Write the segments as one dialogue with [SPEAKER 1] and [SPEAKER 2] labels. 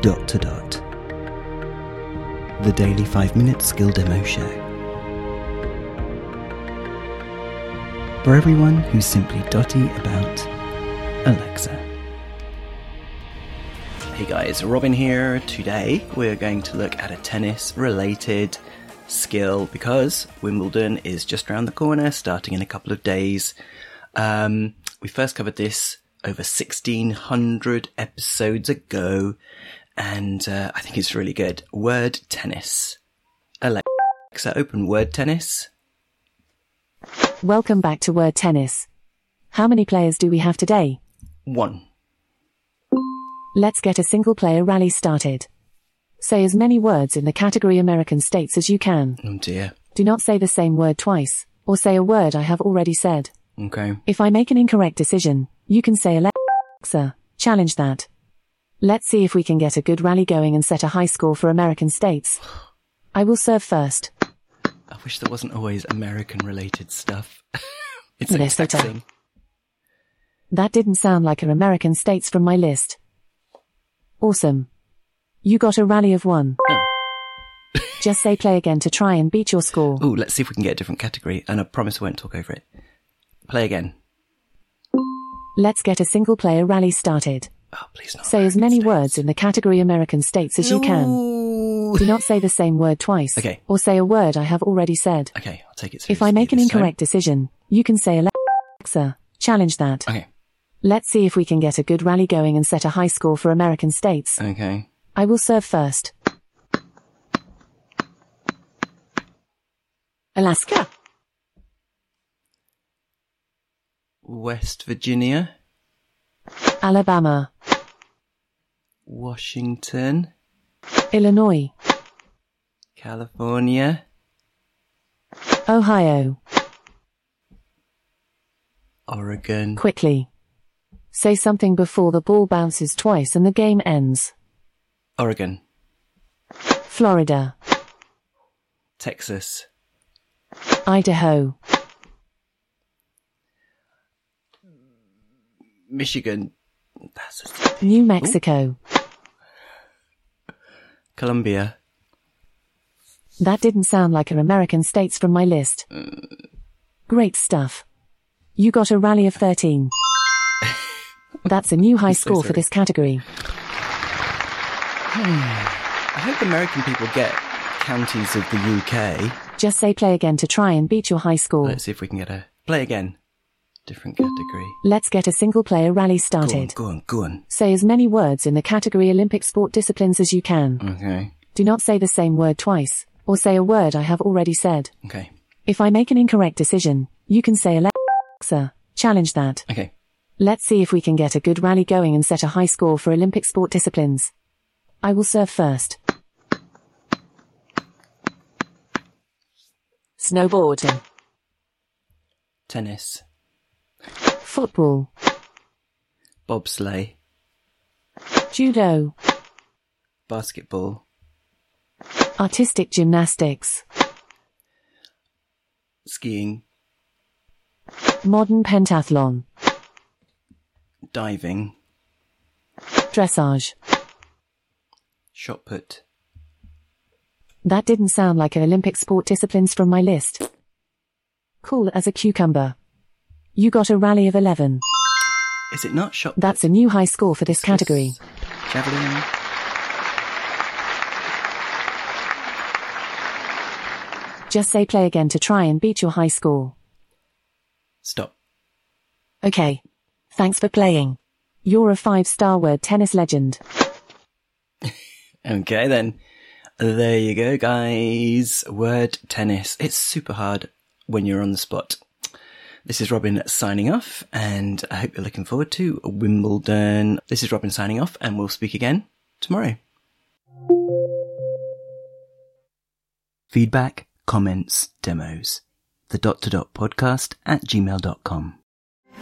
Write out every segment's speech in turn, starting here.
[SPEAKER 1] dot to dot. The Daily 5 Minute Skill Demo Show. For everyone who's simply dotty about Alexa. Hey guys, Robin here. Today we're going to look at a tennis related skill because Wimbledon is just around the corner, starting in a couple of days. Um, we first covered this over 1600 episodes ago, and uh, I think it's really good. Word tennis. Alexa, open word tennis.
[SPEAKER 2] Welcome back to Word Tennis. How many players do we have today?
[SPEAKER 1] One.
[SPEAKER 2] Let's get a single player rally started. Say as many words in the category American states as you can.
[SPEAKER 1] Oh dear.
[SPEAKER 2] Do not say the same word twice, or say a word I have already said.
[SPEAKER 1] Okay.
[SPEAKER 2] If I make an incorrect decision, you can say Alexa, challenge that. Let's see if we can get a good rally going and set a high score for American states. I will serve first.
[SPEAKER 1] I wish there wasn't always American related stuff. it's
[SPEAKER 2] Minnesota.
[SPEAKER 1] taxing.
[SPEAKER 2] That didn't sound like an American states from my list. Awesome. You got a rally of one.
[SPEAKER 1] Oh.
[SPEAKER 2] Just say play again to try and beat your score.
[SPEAKER 1] Ooh, let's see if we can get a different category, and I promise I won't talk over it. Play again.
[SPEAKER 2] Let's get a single player rally started.
[SPEAKER 1] Oh, please not.
[SPEAKER 2] Say as many words in the category American states as you can. Do not say the same word twice.
[SPEAKER 1] Okay.
[SPEAKER 2] Or say a word I have already said.
[SPEAKER 1] Okay, I'll take it.
[SPEAKER 2] If I
[SPEAKER 1] seriously
[SPEAKER 2] make an
[SPEAKER 1] this time.
[SPEAKER 2] incorrect decision, you can say Alexa, challenge that.
[SPEAKER 1] Okay.
[SPEAKER 2] Let's see if we can get a good rally going and set a high score for American states.
[SPEAKER 1] Okay.
[SPEAKER 2] I will serve first. Alaska,
[SPEAKER 1] West Virginia,
[SPEAKER 2] Alabama,
[SPEAKER 1] Washington,
[SPEAKER 2] Illinois,
[SPEAKER 1] California,
[SPEAKER 2] Ohio.
[SPEAKER 1] Oregon.
[SPEAKER 2] Quickly. Say something before the ball bounces twice and the game ends.
[SPEAKER 1] Oregon,
[SPEAKER 2] Florida,
[SPEAKER 1] Texas,
[SPEAKER 2] Idaho,
[SPEAKER 1] Michigan. That's a-
[SPEAKER 2] New Mexico.
[SPEAKER 1] Columbia.
[SPEAKER 2] That didn't sound like an American states from my list.
[SPEAKER 1] Uh.
[SPEAKER 2] Great stuff. You got a rally of 13. That's a new high
[SPEAKER 1] so
[SPEAKER 2] score for
[SPEAKER 1] sorry.
[SPEAKER 2] this category.
[SPEAKER 1] I hope American people get counties of the UK.
[SPEAKER 2] Just say play again to try and beat your high score.
[SPEAKER 1] Let's see if we can get a play again. Different category.
[SPEAKER 2] Let's get a single player rally
[SPEAKER 1] Go on,
[SPEAKER 2] started.
[SPEAKER 1] go on, go on.
[SPEAKER 2] Say as many words in the category Olympic sport disciplines as you can.
[SPEAKER 1] Okay.
[SPEAKER 2] Do not say the same word twice, or say a word I have already said.
[SPEAKER 1] Okay.
[SPEAKER 2] If I make an incorrect decision, you can say Alexa, challenge that.
[SPEAKER 1] Okay.
[SPEAKER 2] Let's see if we can get a good rally going and set a high score for Olympic sport disciplines. I will serve first. Snowboarding,
[SPEAKER 1] Tennis,
[SPEAKER 2] football,
[SPEAKER 1] bobsleigh,
[SPEAKER 2] judo,
[SPEAKER 1] basketball,
[SPEAKER 2] artistic gymnastics,
[SPEAKER 1] skiing,
[SPEAKER 2] modern pentathlon,
[SPEAKER 1] diving,
[SPEAKER 2] dressage.
[SPEAKER 1] shot put.
[SPEAKER 2] That didn't sound like an Olympic sport disciplines from my list. Cool as a cucumber. You got a rally of 11.
[SPEAKER 1] Is it not shot?
[SPEAKER 2] That's a new high score for this category.
[SPEAKER 1] Javelin.
[SPEAKER 2] Just say play again to try and beat your high score.
[SPEAKER 1] Stop.
[SPEAKER 2] Okay. Thanks for playing. You're a five star word tennis legend.
[SPEAKER 1] Okay then. There you go, guys. Word tennis. It's super hard when you're on the spot. This is Robin signing off, and I hope you're looking forward to Wimbledon. This is Robin signing off, and we'll speak again tomorrow. Feedback, comments, demos. The dot to dot podcast at gmail.com.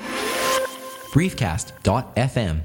[SPEAKER 3] briefcast.fm